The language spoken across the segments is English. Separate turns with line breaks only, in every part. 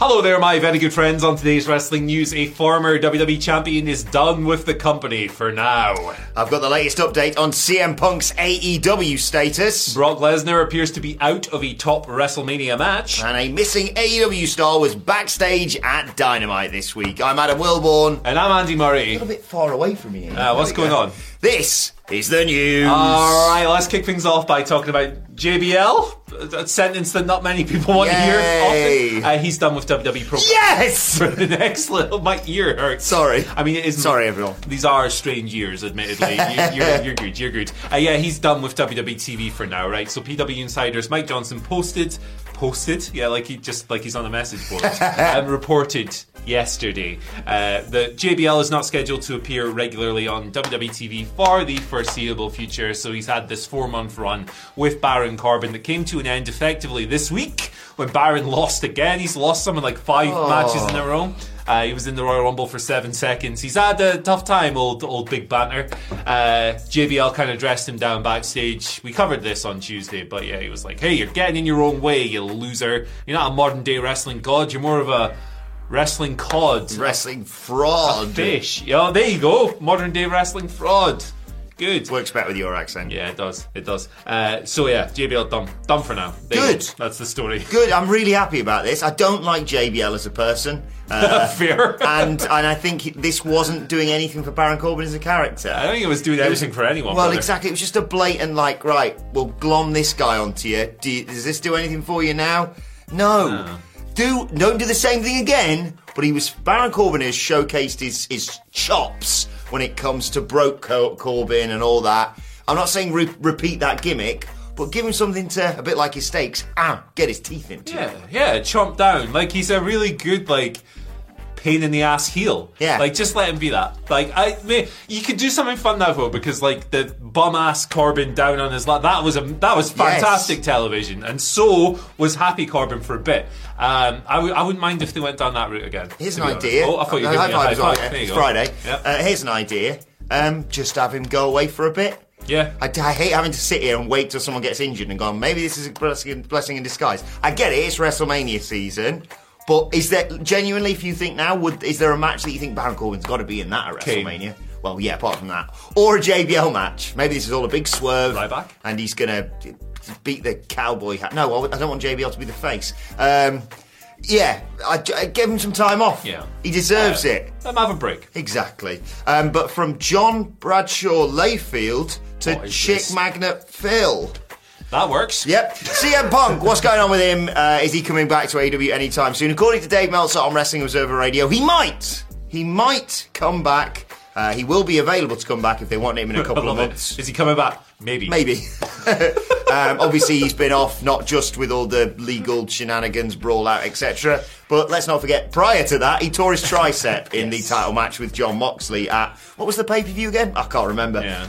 Hello there, my very good friends. On today's wrestling news, a former WWE champion is done with the company for now.
I've got the latest update on CM Punk's AEW status.
Brock Lesnar appears to be out of a top WrestleMania match.
And a missing AEW star was backstage at Dynamite this week. I'm Adam Wilborn.
And I'm Andy Murray.
A little bit far away from you.
Uh, what's
There we
going on?
go. This is the news.
All right, let's kick things off by talking about JBL. A sentence that not many people want to
Yay.
hear. Often. Uh, he's done with WWE Pro.
Yes!
for the next little. My ear hurts.
Sorry.
I mean, it isn't.
Sorry, everyone.
These are strange years, admittedly. You- You're, you're good. You're good. Uh, yeah, he's done with WWE TV for now, right? So PW Insiders, Mike Johnson posted, posted. Yeah, like he just like he's on a message board. um, reported yesterday uh, that JBL is not scheduled to appear regularly on WWE TV for the foreseeable future. So he's had this four month run with Baron Corbin that came to an end effectively this week when Baron lost again. He's lost something like five
Oh.
matches in a row. Uh, he was in the Royal Rumble for seven seconds. He's had a tough time, old old Big Banter. Uh, JBL kind of dressed him down backstage. We covered this on Tuesday, but yeah, he was like, "Hey, you're getting in your own way, you loser. You're not a modern day wrestling god. You're more of a wrestling cod,
Wrestling fraud.
fish. Yeah, oh, there you go, modern day wrestling fraud. Good.
Works better with your accent.
Yeah, it does. It does. Uh, so yeah, JBL done. Done for now. There you
Good.
go. That's the story.
Good, I'm really happy about this. I don't like JBL as a person. Uh,
Fair.
and and I think this wasn't doing anything for Baron Corbin as a character.
I don't think it was doing anything for anyone.
Well,
brother.
exactly. It was just a blatant, like, right, we'll glom this guy onto you. Do you does this do anything for you now? No. Do don't do the same thing again. But he was Baron Corbin has showcased his his chops when it comes to broke Cor- Corbin and all that. I'm not saying re- repeat that gimmick, but give him something to a bit like his steaks. Ah, get his teeth into.
Yeah, yeah, chomp down. Like he's a really good like pain in the ass heel.
Yeah.
like just let him be that. Like I, may, you could do something fun that though because like the bum ass Corbin down on his lap. That was a that was fantastic television, and so was Happy Corbin for a bit. Um, I w- I wouldn't mind if they went down that route again.
Here's
to
an
be honest.
idea.
Oh, I thought you were
Uh,
giving me a high
high fives are,
five.
yeah.
There you
It's
go.
Friday.
Yep.
Uh, here's an idea. Um, just have him go away for a bit.
Yeah.
I, I hate having to sit here and wait till someone gets injured and gone. Maybe this is a blessing, blessing in disguise. I get it. It's WrestleMania season. But is there genuinely, if you think now, would is there a match that you think Baron Corbin's got to be in that at
Kane.
WrestleMania? Well, yeah, apart from that, or a JBL match. Maybe this is all a big swerve,
Ryback?
and he's gonna beat the cowboy hat. No, I w- I don't want JBL to be the face. Um, yeah, I, I give him some time off.
Yeah. Uh,
he deserves it.
Let him have a break.
Exactly. Um, but from John Bradshaw Layfield
What
to
is
Chick
this?
Magnet Phil.
That works.
Yep. CM Punk, what's going on with him? Uh, is he coming back to AEW anytime soon? According to Dave Meltzer on Wrestling Observer Radio, he might. He might come back. Uh, he will be available to come back if they want him in a
I
couple of
love it.
months.
Is he coming back? Maybe.
Maybe. um, obviously, he's been off not just with all the legal shenanigans, brawl out, etc. But let's not forget, prior to that, he tore his tricep in the title match with John Moxley at what was the pay per view again? I can't remember.
Yeah.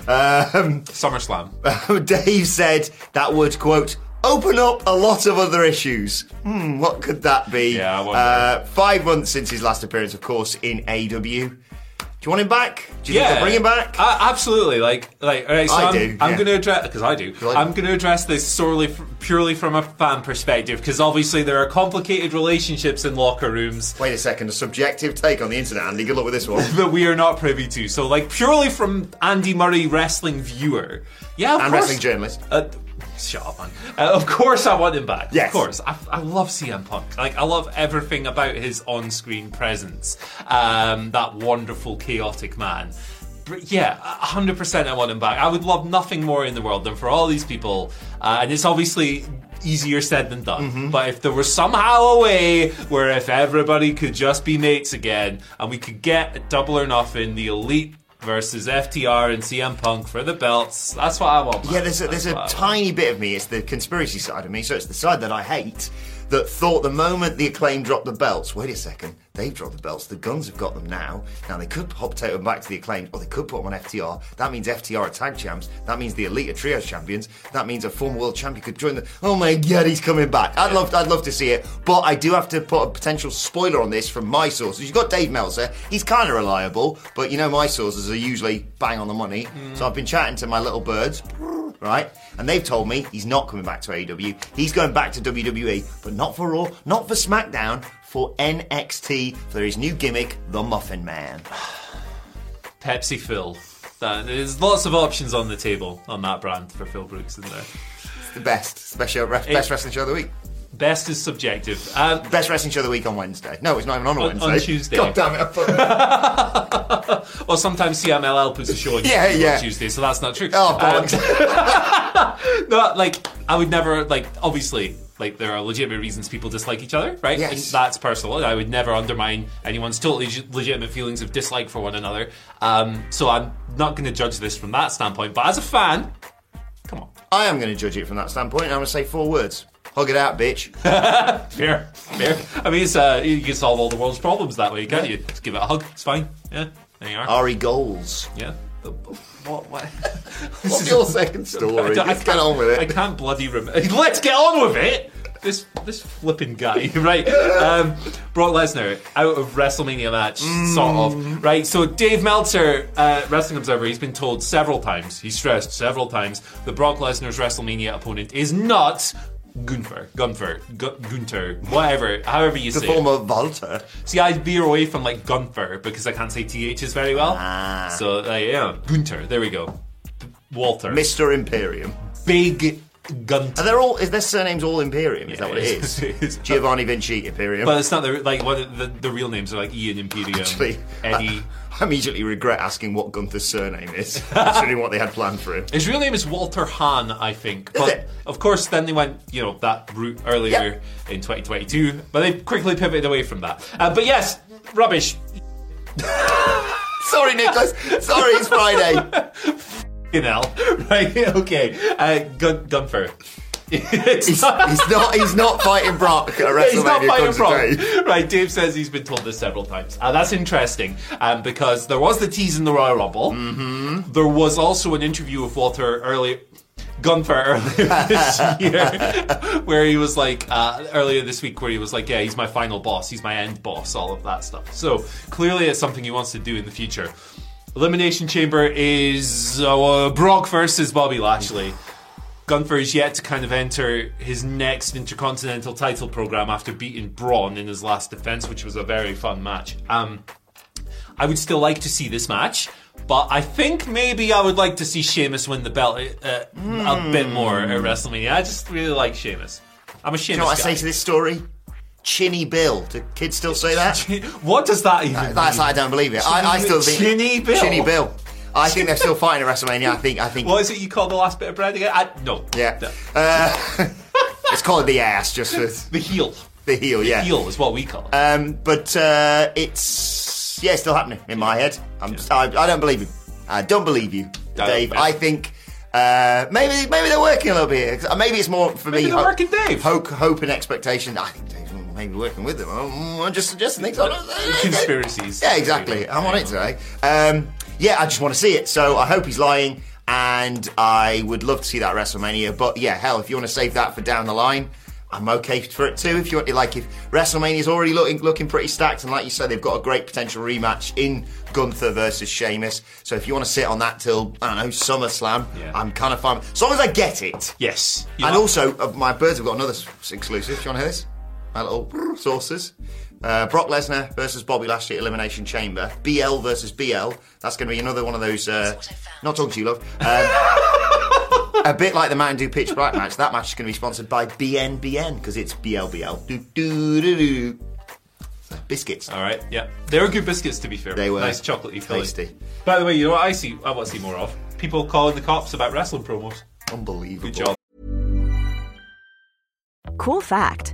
Um,
SummerSlam.
Dave said that would quote. Open up a lot of other issues. Hmm, what could that be?
Yeah, I wonder.
uh, five months since his last appearance, of course, in AW. Do you want him back? Do you think they'll bring him back?
Uh, absolutely. Like, like. All right, so
I
am
do,
I'm
yeah.
going to address because I do.
like-
I'm going to address this solely, f- purely from a fan perspective because obviously there are complicated relationships in locker rooms
Wait a second, a subjective take on the internet, Andy. Good luck with this one.
that we are not privy to. So, like, purely from Andy Murray, wrestling viewer. Yeah, of
And
course.
wrestling journalist.
Uh, shut up, man. Uh, of course, I want him back.
Yes.
Of course, I, I love CM Punk. Like, I love everything about his on-screen presence. Um, that wonderful, chaotic man. But yeah, a hundred percent. I want him back. I would love nothing more in the world than for all these people. Uh, and it's obviously easier said than done.
Mm-hmm.
But if there was somehow a way where if everybody could just be mates again and we could get a double or nothing, the elite versus FTR and CM Punk for the belts, that's what I want. man.
Yeah, there's a,
That's
there's a
what I want.
tiny bit of me. It's the conspiracy side of me. So it's the side that I hate. That thought the moment the acclaim dropped the belts. Wait a second, they've dropped the belts. The guns have got them now. Now they could hop take them back to the acclaim, or they could put them on FTR. That means FTR are tag champs. That means the elite are trio champions. That means a former world champion could join the. Oh my god, he's coming back. I'd love, I'd love to see it. But I do have to put a potential spoiler on this from my sources. You've got Dave Meltzer. He's kind of reliable, but you know my sources are usually bang on the money. So I've been chatting to my little birds right? And they've told me he's not coming back to AEW. He's going back to WWE, but not for Raw, not for SmackDown, for NXT for his new gimmick, the Muffin Man.
Pepsi Phil. That- There's lots of options on the table on that brand for Phil Brooks in there.
It's the best special ref- best wrestling show of the week.
Best is subjective. Um,
Best wrestling show of the week on Wednesday. No, it's not even on a
On-
Wednesday. Oh,
on Tuesday.
God damn it! I put that-
Well, sometimes CMLL puts a show on
Yeah,
YouTube on
yeah.
Tuesday, so that's not true.
oh
Um,
bollocks!
no, like I would never like obviously like there are legitimate reasons people dislike each other, right?
Yes.
And that's personal. and I would never undermine anyone's totally leg- legitimate feelings of dislike for one another. Um, so I'm not going to judge this from that standpoint. But as a fan, come on,
I am going to judge it from that standpoint. and I'm going to say four words: hug it out, bitch.
fair, fair. I mean, it's, uh, you can solve all the world's problems that way, can't you? Just give it a hug. It's fine. Yeah, there you are.
Ari Goals.
yeah. What? What?
This is your second story.
I
Let's get on with
I
it.
can't bloody remember. Let's get on with it. This this flipping guy, right? Um, Brock Lesnar out of WrestleMania match, sort
Mm.
of, right? So Dave Meltzer, uh, Wrestling Observer, he's been told several times, he stressed several times, that Brock Lesnar's WrestleMania opponent is not. Gunther, Gunther, Gu- Gunther, whatever, however you say it.
Former Volta.
See, I veer away from like Gunther because I can't say THs very well.
Ah.
So, uh, yeah, Gunther, there we go. Walter.
Mr. Imperium.
Big Gunther.
Are they all? Is their surnames all Imperium? Is that what it
it is.
is?
It is.
Giovanni Vinci Imperium.
But it's not the like what the, the real names are like Ian Imperium,
Actually, uh,
Eddie.
I immediately regret asking what Gunther's surname is. That's really what they had planned for him.
His real name is Walter Hahn, I think. But
it?
of course, then they went you know that route earlier in 2022, but they quickly pivoted away from that. Uh, but yes, rubbish.
Sorry, Nicholas. Sorry, it's Friday.
You know, right? Okay, uh, Gun- Gunfer. It's
He's, he's not. He's not fighting Brock at WrestleMania.
He's not fighting
comes
Brock.
today.
Right, Dave says he's been told this several times. Uh, that's interesting um, because there was the tease in the Royal Rumble. Mm-hmm. There was also an interview with Walter earlier. Gunther earlier this year, where he was like, uh, earlier this week, where he was like, yeah, he's my final boss, he's my end boss, all of that stuff. So clearly, it's something he wants to do in the future. Elimination Chamber is uh, Brock versus Bobby Lashley. Gunther is yet to kind of enter his next intercontinental title program after beating Braun in his last defense, which was a very fun match. Um, I would still like to see this match, but I think maybe I would like to see Sheamus win the belt uh, a
Hmm.
bit more at WrestleMania. I just really like Sheamus. I'm a Sheamus
You know what I
guy.
say to this story? Chinny Bill. Do kids still say that?
what does that even mean?
That's I don't believe it. I, I still think
Chinny Bill?
Chinny Bill. I think they're still fighting at WrestleMania. I think. I think.
What is it you call the last bit of bread again? I, no.
Yeah.
The,
Uh, it's called the ass, just for
the heel.
the heel. Yeah.
Heel is what we call it.
Um, but uh, it's yeah, it's still happening in my head. I'm I, I don't believe you. I don't believe you,
Don't-
Dave.
yeah.
I think uh, maybe maybe they're working a little bit. here. Maybe it's more for
Maybe
me.
they're working Dave.
Hope, hope and expectation. I think Dave's maybe working with them. I'm, I'm just suggesting things. I don't-
Conspiracies.
Yeah, exactly. I'm on it today. Um, yeah, I just want to see it. So I hope he's lying, and I would love to see that WrestleMania. But yeah, hell, if you want to save that for down the line, I'm okay for it too. If you want, like, if WrestleMania's already looking looking pretty stacked, and like you said, they've got a great potential rematch in Gunther versus Sheamus. So if you want to sit on that till I don't know SummerSlam,
Yeah.
I'm kind of fine. As long as I get it.
Yes. You
And
know-
also, uh, my birds have got another s- exclusive. Do you want to hear this? My little sources. Uh, Brock Lesnar versus Bobby Lashley at Elimination Chamber. BL versus BL. That's going to be another one of those. Uh, not talking to you, love. Um, a bit like the Man Do Pitch Black match. That match is going to be sponsored by BNBN because it's BLBL. Do, do, do, do. Biscuits.
All right. Yeah, they were good biscuits to be fair.
They were
nice chocolatey, filling.
tasty.
By the way, you know what I see? I want to see more of people calling the cops about wrestling promos.
Unbelievable.
Good job.
Cool fact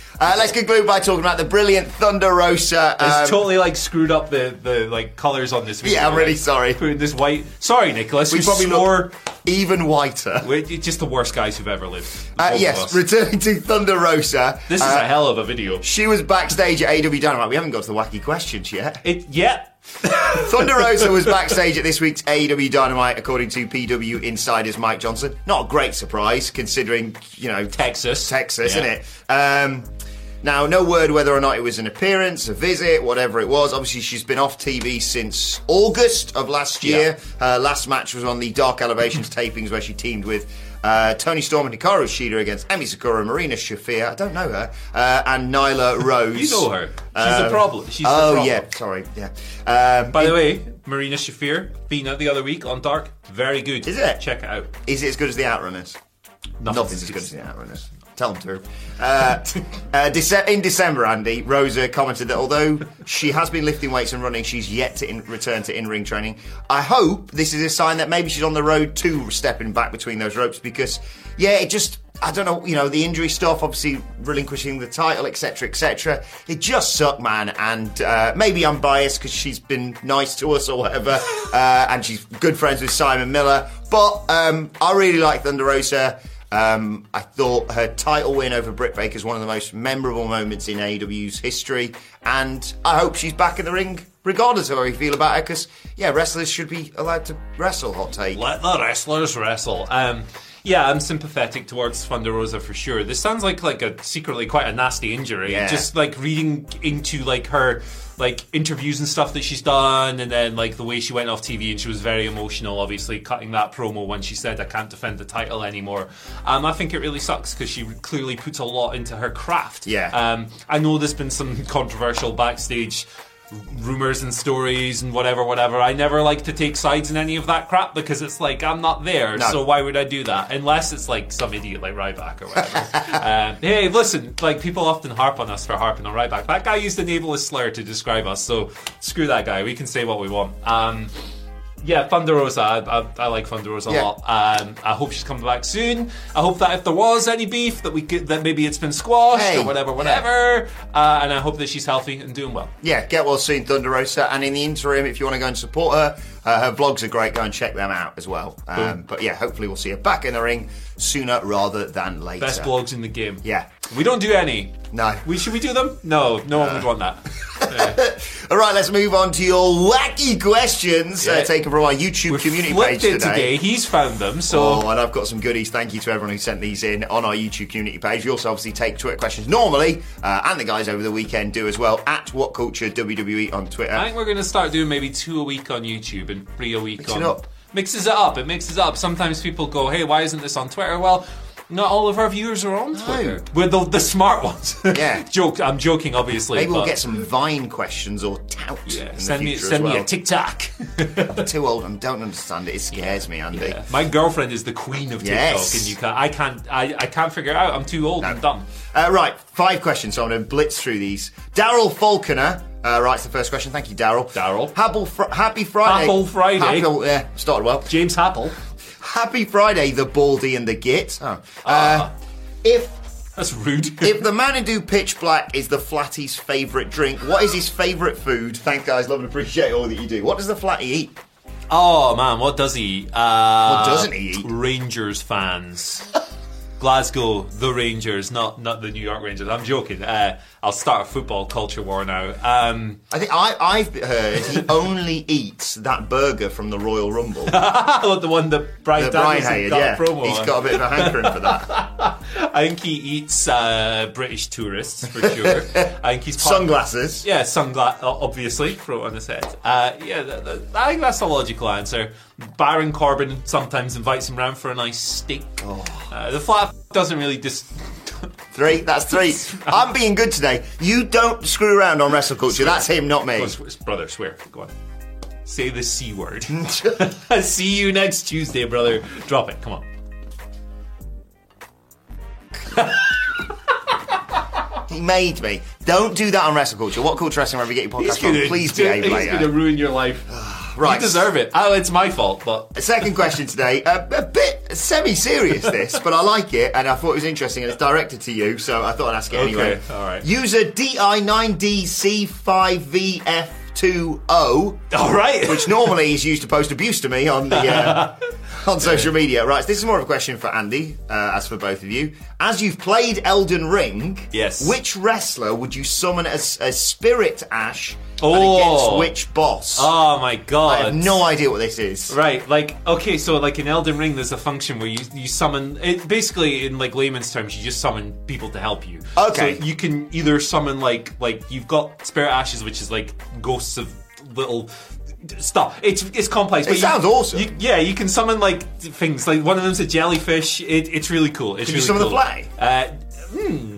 Uh, let's conclude by talking about the brilliant Thunder Rosa.
It's totally like screwed up the, the like colors on this video.
Um, Yeah, I'm really
Like,
sorry.
Putting this white. Sorry, Nicholas.
we
you
probably
swore.
look even whiter.
We're you're just the worst guys who've ever lived. Both
Uh,
of
yes,
us.
returning to Thunder Rosa.
this is
uh,
a hell of a video.
She was backstage at AW Dynamite. We haven't got to the wacky questions yet.
It yeah.
Thunder Rosa was backstage at this week's AW Dynamite, according to PW Insider's Mike Johnson. Not a great surprise, considering you know
Texas.
Texas,
Yeah.
isn't it? Um, now, no word whether or not it was an appearance, a visit, whatever it was. Obviously, she's been off TV since August of last year. Her last match was on the Dark Elevations tapings where she teamed with uh, Tony Storm and Hikaru Shida against Emi Sakura, Marina Shafir, I don't know her, uh, and Nyla Rose.
You know her. She's a problem. She's the
Oh
problem.
yeah, sorry. Yeah. Um,
By the way, Marina Shafir, being out the other week on Dark, very good.
Is it?
Check it out.
is it as good as the Outrunners?
Nothing's
Nothing's as
good
good
as
as the Outrunners. Tell them to. Uh, uh, Dece- in December, Andy Rosa commented that although she has been lifting weights and running, she's yet to in- return to in-ring training. I hope this is a sign that maybe she's on the road to stepping back between those ropes because, yeah, it just. I don't know, you know, the injury stuff, obviously relinquishing the title, etc., etc. It just sucked, man. And uh, maybe I'm biased because she's been nice to us or whatever, uh, and she's good friends with Simon Miller. But um, I really like Thunder Rosa. Um, I thought her title win over Britt Baker is one of the most memorable moments in AEW's history, and I hope she's back in the ring, regardless of how you feel about her. Because yeah, wrestlers should be allowed to wrestle. Hot take.
Let the wrestlers wrestle. Um, yeah, I'm sympathetic towards Thunder Rosa for sure. This sounds like like a secretly quite a nasty injury.
Yeah.
Just like reading into like her like interviews and stuff that she's done, and then like the way she went off TV and she was very emotional. Obviously, cutting that promo when she said I can't defend the title anymore. Um, I think it really sucks because she clearly puts a lot into her craft.
Yeah.
Um, I know there's been some controversial backstage rumors and stories and whatever, whatever. I never like to take sides in any of that crap because it's like I'm not there,
No.
so why would I do that? Unless it's like some idiot like Ryback or whatever. uh, hey, listen, like people often harp on us for harping on Ryback. That guy used an ableist slur to describe us, so screw that guy. We can say what we want. Um, yeah, Thunder Rosa. I, I, I like Thunder Rosa
Yeah.
a lot. Um, I hope she's coming back soon. I hope that if there was any beef, that we could, that maybe it's been squashed
Hey,
or whatever,
yeah.
whatever. Uh, and I hope that she's healthy and doing well.
Yeah, get well soon, Thunder Rosa. And in the interim, if you want to go and support her, uh, her vlogs are great. Go and check them out as well. Um, but yeah, hopefully we'll see her back in the ring sooner rather than later.
Best blogs in the game.
Yeah.
we don't do any.
No.
we should we do them? No, no one would want that. Yeah.
All right, let's move on to your wacky questions
Yeah.
uh, taken from our YouTube community
Flipped
page
it today. He's found them. So
Oh, and I've got some goodies. Thank you to everyone who sent these in on our YouTube community page. We also obviously take Twitter questions normally, uh, and the guys over the weekend do as well at What Culture WWE E on Twitter.
I think we're going to start doing maybe two a week on YouTube and three a week
Mix it
on.
up.
Mixes it up. It mixes it up. Sometimes people go, "Hey, why isn't this on Twitter?" Well, Not all of our viewers are on Twitter.
No.
We're the, the smart ones.
Yeah.
Joke. I'm joking, obviously.
Maybe we'll
but-
get some Vine questions or tout.
Yeah,
in the
send me,
future as
send me
well.
a TikTok.
I'm too old. I don't understand it. It scares me, Andy.
My girlfriend is the queen of TikTok,
Yes.
and you can't. I can't. I, I can't figure it out. I'm too old. I'm dumb.
Uh, right, five questions, so I'm going to blitz through these. Daryl Falconer uh, writes the first question. Thank you, Daryl.
Daryl.
Happy, fr- happy Friday.
Happy Friday.
Happy- yeah, started well.
James Happel.
Happy Friday, the Baldy and the Git. Oh.
Ah.
Uh, if
That's rude.
if the man who do pitch black is the flattie's favourite drink, what is his favourite food? Thanks, guys. Love and appreciate all that you do. What does the flatty eat?
Oh man, what does he? eat? Uh,
What doesn't he eat?
Rangers fans. Glasgow, the Rangers, not not the New York Rangers. I'm joking. Uh, I'll start a football culture war now. Um,
I think I, I've heard he only eats that burger from the Royal Rumble.
the one that Brian
the Brian
Danielson
Hayard,
got a
yeah.
promo.
He's
on.
got a bit of a hankering for that.
I think he eats uh, British tourists for sure. I think he's part-
Sunglasses.
Yeah, sunglass, obviously, throw it on his head. Uh, yeah, th th I think that's a logical answer. Baron Corbin sometimes invites him round for a nice steak.
Oh.
Uh, the flat doesn't really dis.
Three, that's three. I'm being good today. You don't screw around on wrestle culture. That's him, not
Go
me.
on, sw- brother, swear. Go on. Say the C word. See you next Tuesday, brother. Drop it. Come on.
He made me. Don't do that on wrestle culture. What culture wrestling wherever you get your podcast from? Please behave
he's
later.
gonna ruin your life.
Ah, Right.
You deserve it. Oh, it's my fault, but
Second question today. A, a bit semi-serious this, but I like it, and I thought it was interesting, and it's directed to you, so I thought I'd ask it
Okay,
anyway.
all right.
User DI9DC5VF2O.
all right.
which normally is used to post abuse to me on the uh, on social media. Right, so this is more of a question for Andy, uh, as for both of you. As you've played Elden Ring,
Yes.
which wrestler would you summon as a spirit ash
Oh.
and against which boss?
oh my god.
I have no idea what this is.
Right, like okay, so like in Elden Ring, there's a function where you you summon. It basically, in like layman's terms, you just summon people to help you.
Okay.
so you can either summon like like you've got spirit ashes, which is like ghosts of little stuff. It's it's complex. It
sounds awesome.
You, yeah, you can summon like things. Like one of them's a jellyfish. It, it's really cool. It's
Can you
really
summon the
cool.
fly?
Uh, hmm.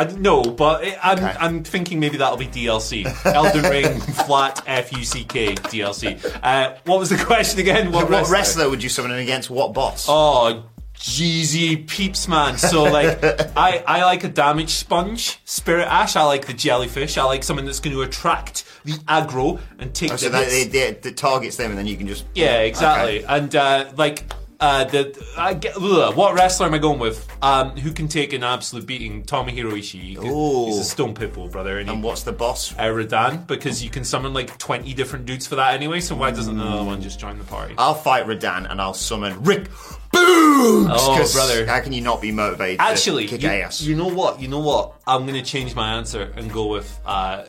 I don't know, but it, I'm,
Okay.
I'm thinking maybe that'll be DLC. Elden Ring flat F U C K DLC. Uh, what was the question again? What,
What wrestler? would you summon and against what boss?
Oh, Jeezy peeps, man. So like, I I like a damage sponge, spirit ash. I like the jellyfish. I like someone that's going to attract the aggro and take.
Oh, so
the
that,
hits.
they, they, that targets them, and then you can just
Yeah, exactly.
Okay.
And uh, like uh, the I get, ugh, what wrestler am I going with? Um, who can take an absolute beating? Tomohiro Ishii.
Ooh.
He's a stone pitbull, brother. And, he-
And what's the boss?
uh, Radan, because you can summon like twenty different dudes for that anyway. So why doesn't another one just join the party?
I'll fight Radan, and I'll summon Rick Boogs.
Oh,
'cause
brother.
how can you not be motivated?
Actually,
to kick
you,
ass?
you know what? You know what? I'm gonna change my answer and go with uh,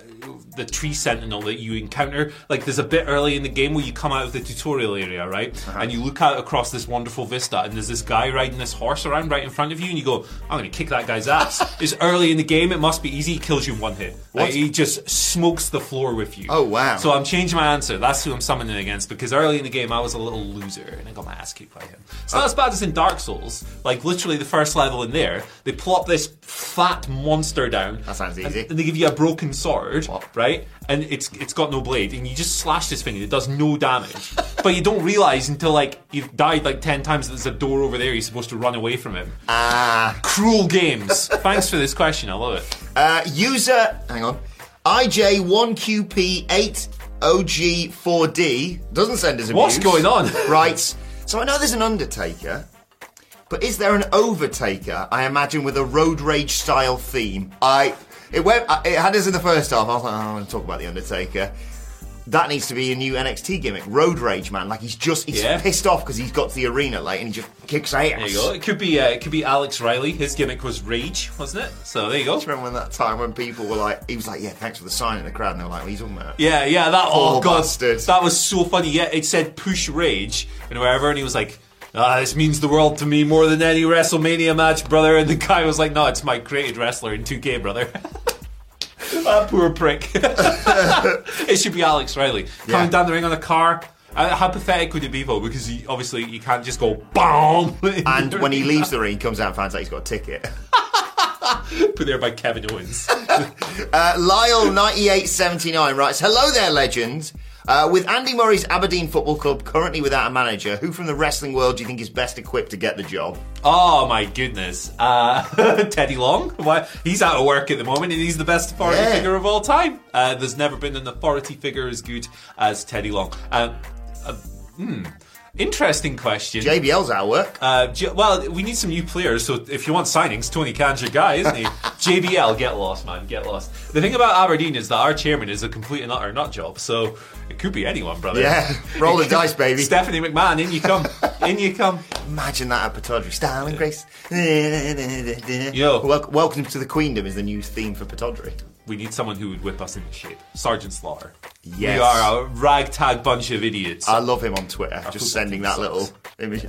the tree sentinel that you encounter. Like, there's a bit early in the game where you come out of the tutorial area, right?
Uh-huh.
And you look out across this wonderful vista, and there's this guy riding this horse around right in front of you, and you go, "I'm gonna kick that guy's ass." it's early in the game; it must be easy. He kills you in one hit. Like, he just smokes the floor with you.
Oh, wow.
So I'm changing my answer. That's who I'm summoning against because early in the game I was a little loser and I got my ass kicked by him. It's
Uh,
not as bad as in Dark Souls. Like literally the first level in there, they plop this fat monster down.
That sounds
and-
easy.
And, they give you a broken sword, right? And it's it's got no blade, and you just slash this thing and it does no damage. but you don't realize until like you've died like ten times that there's a door over there. You're supposed to run away from him. Ah, cruel games. Thanks for this question. I love it.
Uh, user, hang on, IJ1QP8OG4D doesn't send us abuse.
What's going on?
Writes, so I know there's an Undertaker, but is there an Overtaker? I imagine with a road rage style theme. I, it went, I- it had us in the first half. I was like, oh, I'm going to talk about the Undertaker. That needs to be a new NXT gimmick, road rage man. Like he's just he's
Yeah.
pissed off because he's got to the arena late and he just kicks ass.
There you go. It could be uh, it could be Alex Riley. His gimmick was rage, wasn't it? So there you go.
Do you remember when that time when people were like, he was like, yeah, thanks for the sign in the crowd, and they were like, what are you talking about?
Yeah, yeah. That oh
Poor
god,
bastard.
that was so funny. Yeah, it said push rage and wherever, and he was like. Ah, this means the world to me more than any WrestleMania match, brother. And the guy was like, "No, it's my created wrestler in 2K, brother." that poor prick. it should be Alex Riley coming
Yeah.
down the ring on a car. Uh, how pathetic would it be though? Because he, obviously you can't just go boom.
And when he leaves the ring, he comes out and finds out he's got a ticket.
put there by Kevin Owens.
Uh, Lyle9879 writes, Hello there, legends. Uh, with Andy Murray's Aberdeen Football Club currently without a manager, who from the wrestling world do you think is best equipped to get the job?
oh my goodness, uh, Teddy Long. Why he's out of work at the moment, and he's the best authority
Yeah.
figure of all time. Uh, there's never been an authority figure as good as Teddy Long. Uh, uh, hmm. Interesting question.
JBL's out of work.
Uh, J- well, we need some new players. So if you want signings, Tony Khan's your guy, isn't he? JBL, get lost, man, get lost. The thing about Aberdeen is that our chairman is a complete and utter nut job. So it could be anyone, brother.
Yeah, roll the dice, baby.
Stephanie McMahon, in you come, in you come.
Imagine that at Pataudry. Style and grace.
Yo.
Wel- welcome to the Queendom is the new theme for Pataudry.
We need someone who would whip us into shape. Sergeant Slaughter.
Yes.
We are a ragtag bunch of idiots.
I love him on Twitter,
thought
just sending
that
that
thing
little
sucks.
image.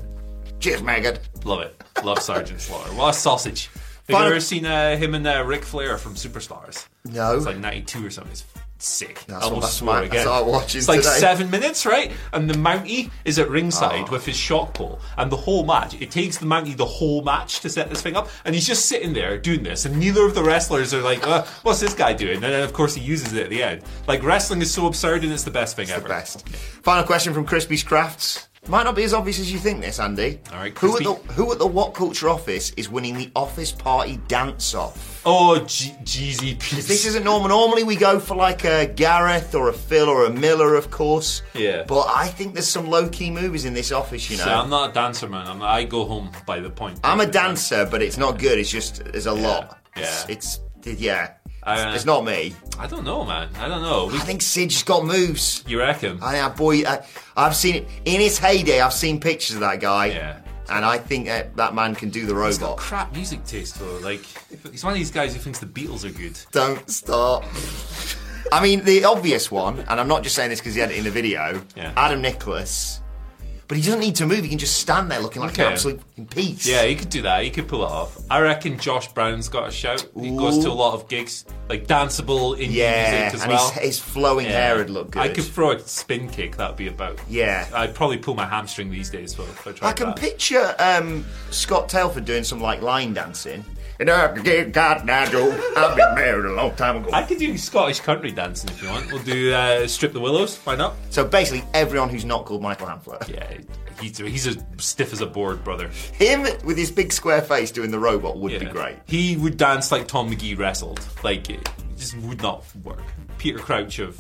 Cheers, maggot.
Love it. Love Sergeant Slaughter. What a sausage. Have
Final-
you ever seen uh, him and uh, Ric Flair from Superstars?
No.
It's like 92 or something. It's sick.
That's
I
what-
almost
that's
swore
my-
again.
that's what I'm watching
it's like
today. Ah.
seven minutes, right? And the Mountie is at ringside with his shock pole. And the whole match, it takes the Mountie the whole match to set this thing up. And he's just sitting there doing this. And neither of the wrestlers are like, uh, what's this guy doing? And then, of course, he uses it at the end. Like, wrestling is so absurd and it's the best thing
It's
ever.
the best. Final question from Crispy's Crafts. Might not be as obvious as you think this, Andy.
All right,
who at, the,
Crispy.
who at the What Culture office is winning the office party dance off?
Oh, G- GZP.
This isn't normal. Normally we go for like a Gareth or a Phil or a Miller, of course.
Yeah.
But I think there's some low key movies in this office, you know.
So I'm not a dancer, man. I'm, I go home by the point.
I'm a dancer, but it's not good. It's just there's a lot.
Yeah.
It's, it's yeah.
I, uh,
it's not me.
I don't know, man. I don't know. We,
I think Sid's got moves.
you reckon?
I, I boy, I, I've seen it in his heyday. I've seen pictures of that guy.
Yeah.
And I think that, that man can do the
He's got
robot.
crap music taste though. Like he's one of these guys who thinks the Beatles are good.
Don't stop. I mean, the obvious one, and I'm not just saying this because he had it in the video.
Yeah.
Adam Nicholas, but he doesn't need to move. He can just stand there looking like an
Okay.
absolute fucking piece.
Yeah, he could do that. He could pull it off. I reckon Josh Brown's got a shout. He goes to a lot of gigs, like danceable indie
Yeah,
music as
and
well.
his, his flowing
Yeah.
hair would look good.
I could throw a spin kick. That'd be about.
Yeah.
I'd probably pull my hamstring these days. But if I tried
I can
that.
picture um, Scott Telford doing some like line dancing. And I've got Nigel. I've been married a long time ago.
I could do Scottish country dancing if you want. We'll do uh, strip the willows. Why not?
So basically, everyone who's not called Michael Hamflet.
Yeah, he's he's as stiff as a board, brother.
Him with his big square face doing the robot would be
Yeah.
great.
He would dance like Tom McGee wrestled. Like it just would not work. Peter Crouch of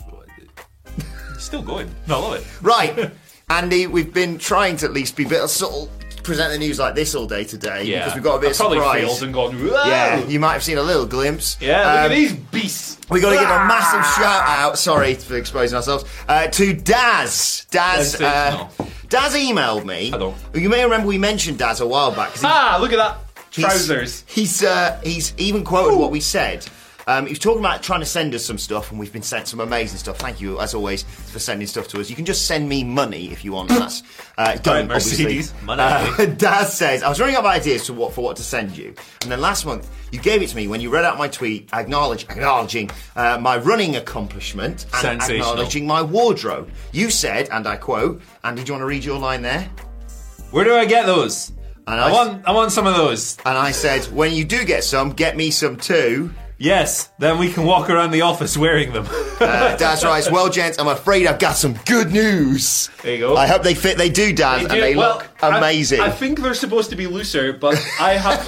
still going. No, I love it.
Right, Andy, we've been trying to at least be a bit subtle, present the news like this all day today
Yeah,
because we've got a bit
I
of
probably
surprise.
failed and gone. Whoa!
yeah, you might have seen a little glimpse.
Yeah, look at
Um,
these Ah! beasts.
We got to give a massive shout out. Sorry for exposing ourselves uh, to Daz. Daz. Uh,
Sensational.
Daz emailed me.
Hello.
You may remember we mentioned Daz a while back. 'cause he-
Ah, look at that
he's-
trousers.
He's uh, he's even quoted what we said. Um, he was talking about trying to send us some stuff, and we've been sent some amazing stuff. Thank you, as always, for sending stuff to us. You can just send me money if you want. That's uh, don't obviously.
Mercedes, money.
Uh, Daz says, "I was running out of ideas for what for what to send you, and then last month you gave it to me when you read out my tweet, acknowledge, acknowledging uh, my running accomplishment and
Sensational.
acknowledging my wardrobe. You said, and I quote, Andy, do you want to read your line there?"
Where do I get those?
And
I,
I-
want I want some of those.
And I said, "When you do get some, get me some too."
Yes, then we can walk around the office wearing them.
Uh, Daz writes, "Well, gents, I'm afraid I've got some good news.
There you go.
I hope they fit. They do, Daz, and they
well,
look
I-
amazing.
I, think they're supposed to be looser, but I have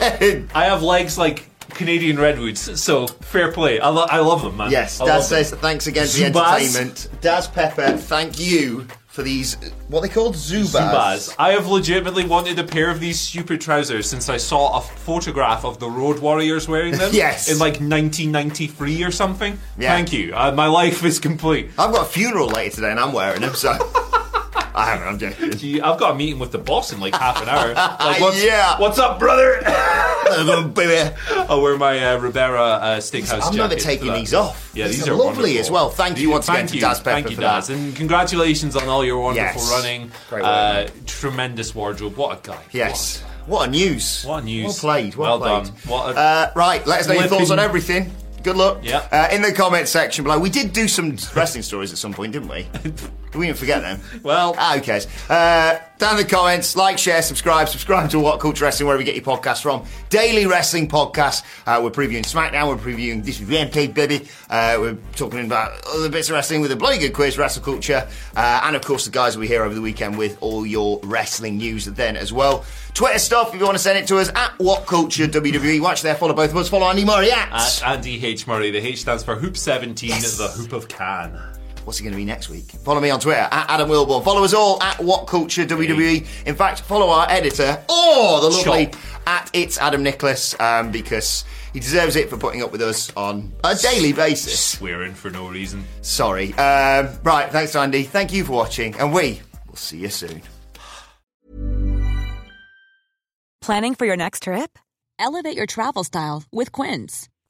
I have legs like Canadian redwoods, so fair play. I, lo- I love them, man.
yes,
I love
Daz
them.
says thanks again for the
Zubaz.
entertainment. Daz Pepper, thank you for these. What are they called? Zubaz.
Zubaz. I have legitimately wanted a pair of these stupid trousers since I saw a photograph of the Road Warriors wearing them.
Yes.
In like 1993 or something.
Yeah.
Thank you. Uh, my life is complete.
I've got a funeral later today, and I'm wearing them. So I haven't. I'm joking.
Gee, I've got a meeting with the boss in like half an hour. Like, what's,
Yeah.
what's up, brother?
Baby.
I'll wear my uh, Ribera uh, steakhouse
I'm
jacket
never
for
taking
that.
these off.
Yeah,
These
these,
are lovely
wonderful.
as well. Thank you
These-
once again
thank
to
you.
Daz Pepper
Thank you,
for that.
Daz, and congratulations on all your wonderful
Yes.
running.
Great work,
uh,
man.
tremendous wardrobe. What a guy.
Yes. What a news.
What a news.
Well played. Well,
Well
played.
done. What a-
uh, right, let us know your
Flipping-
thoughts on everything. Good luck.
Yeah.
Uh, in the comment section below. We did do some wrestling stories at some point, didn't we?
What a-
We didn't forget them.
Well-
ah, who cares? Uh, down in the comments, like, share, subscribe, subscribe to What Culture Wrestling, wherever you get your podcasts from. Daily Wrestling Podcast. Uh, we're previewing SmackDown, we're previewing This Is Rampage, baby. Uh, we're talking about other bits of wrestling with a bloody good quiz, Wrestle Culture, uh, and of course the guys we hear over the weekend with all your wrestling news then as well. Twitter stuff, if you want to send it to us, at What Culture WWE. Watch there, follow both of us, follow Andy Murray at...
At Andy H. Murray. The H stands for Hoop 17, the Hoop of Can.
What's it going to be next week? Follow me on Twitter at Adam Wilborn. Follow us all at What Culture WWE. In fact, follow our editor or the lovely
Chop.
at It's Adam Nicholas um, because he deserves it for putting up with us on a daily basis.
Swearing for no reason.
Sorry. Um, right, thanks, Andy. Thank you for watching, and we will see you soon.
Planning for your next trip?
Elevate your travel style with Quince.